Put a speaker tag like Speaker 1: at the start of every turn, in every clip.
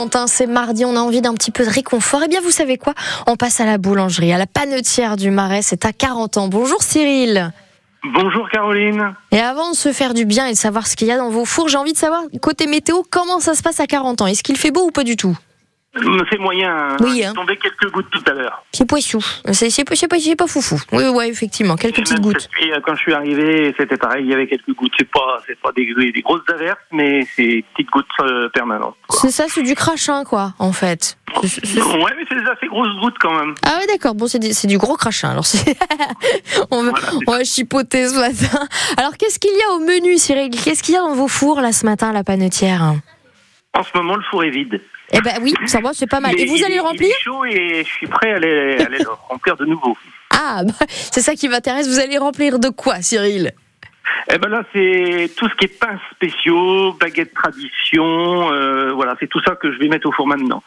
Speaker 1: Quentin, c'est mardi, on a envie d'un petit peu de réconfort. Eh bien, vous savez quoi On passe à la boulangerie, à la panetière du Marais, c'est à 40 ans. Bonjour Cyril
Speaker 2: Bonjour Caroline.
Speaker 1: Et avant de se faire du bien et de savoir ce qu'il y a dans vos fours, j'ai envie de savoir, côté météo, comment ça se passe à 40 ans Est-ce qu'il fait beau ou pas du tout
Speaker 2: Euh, C'est moyen.
Speaker 1: Oui,
Speaker 2: Il est
Speaker 1: hein.
Speaker 2: tombé quelques gouttes tout à l'heure.
Speaker 1: C'est poissou, c'est c'est pas, c'est pas- c'est pas foufou. Oui, ouais, effectivement, quelques
Speaker 2: Et
Speaker 1: petites
Speaker 2: même
Speaker 1: gouttes.
Speaker 2: cette nuit, euh, Quand je suis arrivé, c'était pareil. Il y avait quelques gouttes. C'est pas, c'est pas des, des grosses averses, mais c'est des petites gouttes euh, permanentes. quoi.
Speaker 1: C'est ça, c'est du crachin, quoi, en fait. C'est- c'est- c'est-
Speaker 2: Ouais, mais c'est des assez grosses gouttes quand même.
Speaker 1: Ah ouais, d'accord, bon, c'est des- c'est du gros crachin, alors c'est- on, va,
Speaker 2: Voilà, c'est
Speaker 1: on va chipoter ce matin. Alors, qu'est-ce qu'il y a au menu, Cyril Qu'est-ce qu'il y a dans vos fours, là, ce matin, à la panetière
Speaker 2: En ce moment, le four est vide.
Speaker 1: Eh ben oui, ça va, c'est pas mal.
Speaker 2: Mais
Speaker 1: Et vous
Speaker 2: il
Speaker 1: allez
Speaker 2: est-
Speaker 1: le
Speaker 2: Il
Speaker 1: remplir
Speaker 2: est chaud et je suis prêt à aller, à aller le remplir de nouveau.
Speaker 1: Ah, bah, c'est ça qui m'intéresse. Vous allez le remplir de quoi, Cyril
Speaker 2: Eh ben là, c'est tout ce qui est pains spéciaux, baguettes tradition. euh, voilà, c'est tout ça que je vais mettre au four maintenant.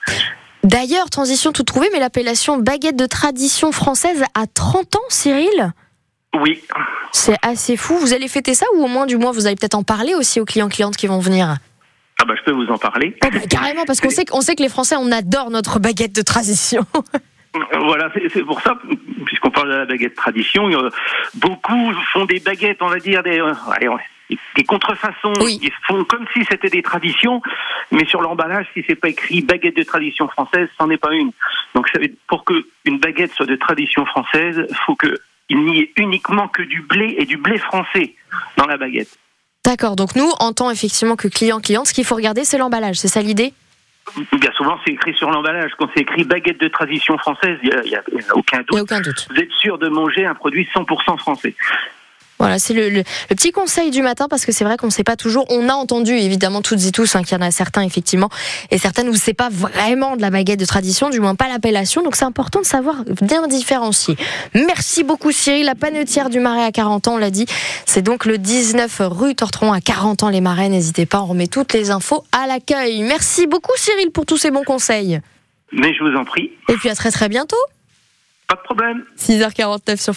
Speaker 1: D'ailleurs, transition tout trouvée, mais l'appellation baguette de tradition française à 30 ans, Cyril
Speaker 2: Oui.
Speaker 1: C'est assez fou. Vous allez fêter ça ou au moins, du moins, vous allez peut-être en parler aussi aux clients-clientes qui vont venir
Speaker 2: Ah bah, je peux vous en parler.
Speaker 1: Oh, bah, Carrément, parce qu'on sait, qu'on sait que les Français, on adore notre baguette de tradition.
Speaker 2: Voilà, c'est c'est pour ça, puisqu'on parle de la baguette tradition, euh, beaucoup font des baguettes, on va dire, des, euh, allez, on- des contrefaçons.
Speaker 1: Oui.
Speaker 2: Ils font comme si c'était des traditions, mais sur l'emballage, si c'est pas écrit baguette de tradition française, c'en est pas une. Donc, ça veut dire, pour que une baguette soit de tradition française, faut que il n'y ait uniquement que du blé et du blé français dans la baguette.
Speaker 1: D'accord, donc nous, en tant effectivement que client-cliente, ce qu'il faut regarder, c'est l'emballage. C'est ça l'idée
Speaker 2: Bien souvent, c'est écrit sur l'emballage. Quand c'est écrit baguette de tradition française, il n'y a, il y a aucun
Speaker 1: Il n'y a
Speaker 2: doute.
Speaker 1: aucun doute.
Speaker 2: Vous êtes sûr de manger un produit 100% français.
Speaker 1: Voilà, c'est le, le- le petit conseil du matin parce que c'est vrai qu'on ne sait pas toujours. On a entendu évidemment toutes et tous hein, qu'il y en a certains effectivement et certaines où c'est pas vraiment de la baguette de tradition, du moins pas l'appellation. Donc c'est important de savoir bien différencier. Merci beaucoup Cyril, la panetière du Marais à 40 ans, on l'a dit. C'est donc le 19 rue Tortron à 40 ans les Marais. N'hésitez pas, on remet toutes les infos à l'accueil. Merci beaucoup Cyril pour tous ces bons conseils.
Speaker 2: Mais je vous en prie,
Speaker 1: Et puis à très très bientôt.
Speaker 2: pas de problème.
Speaker 1: 6h49 sur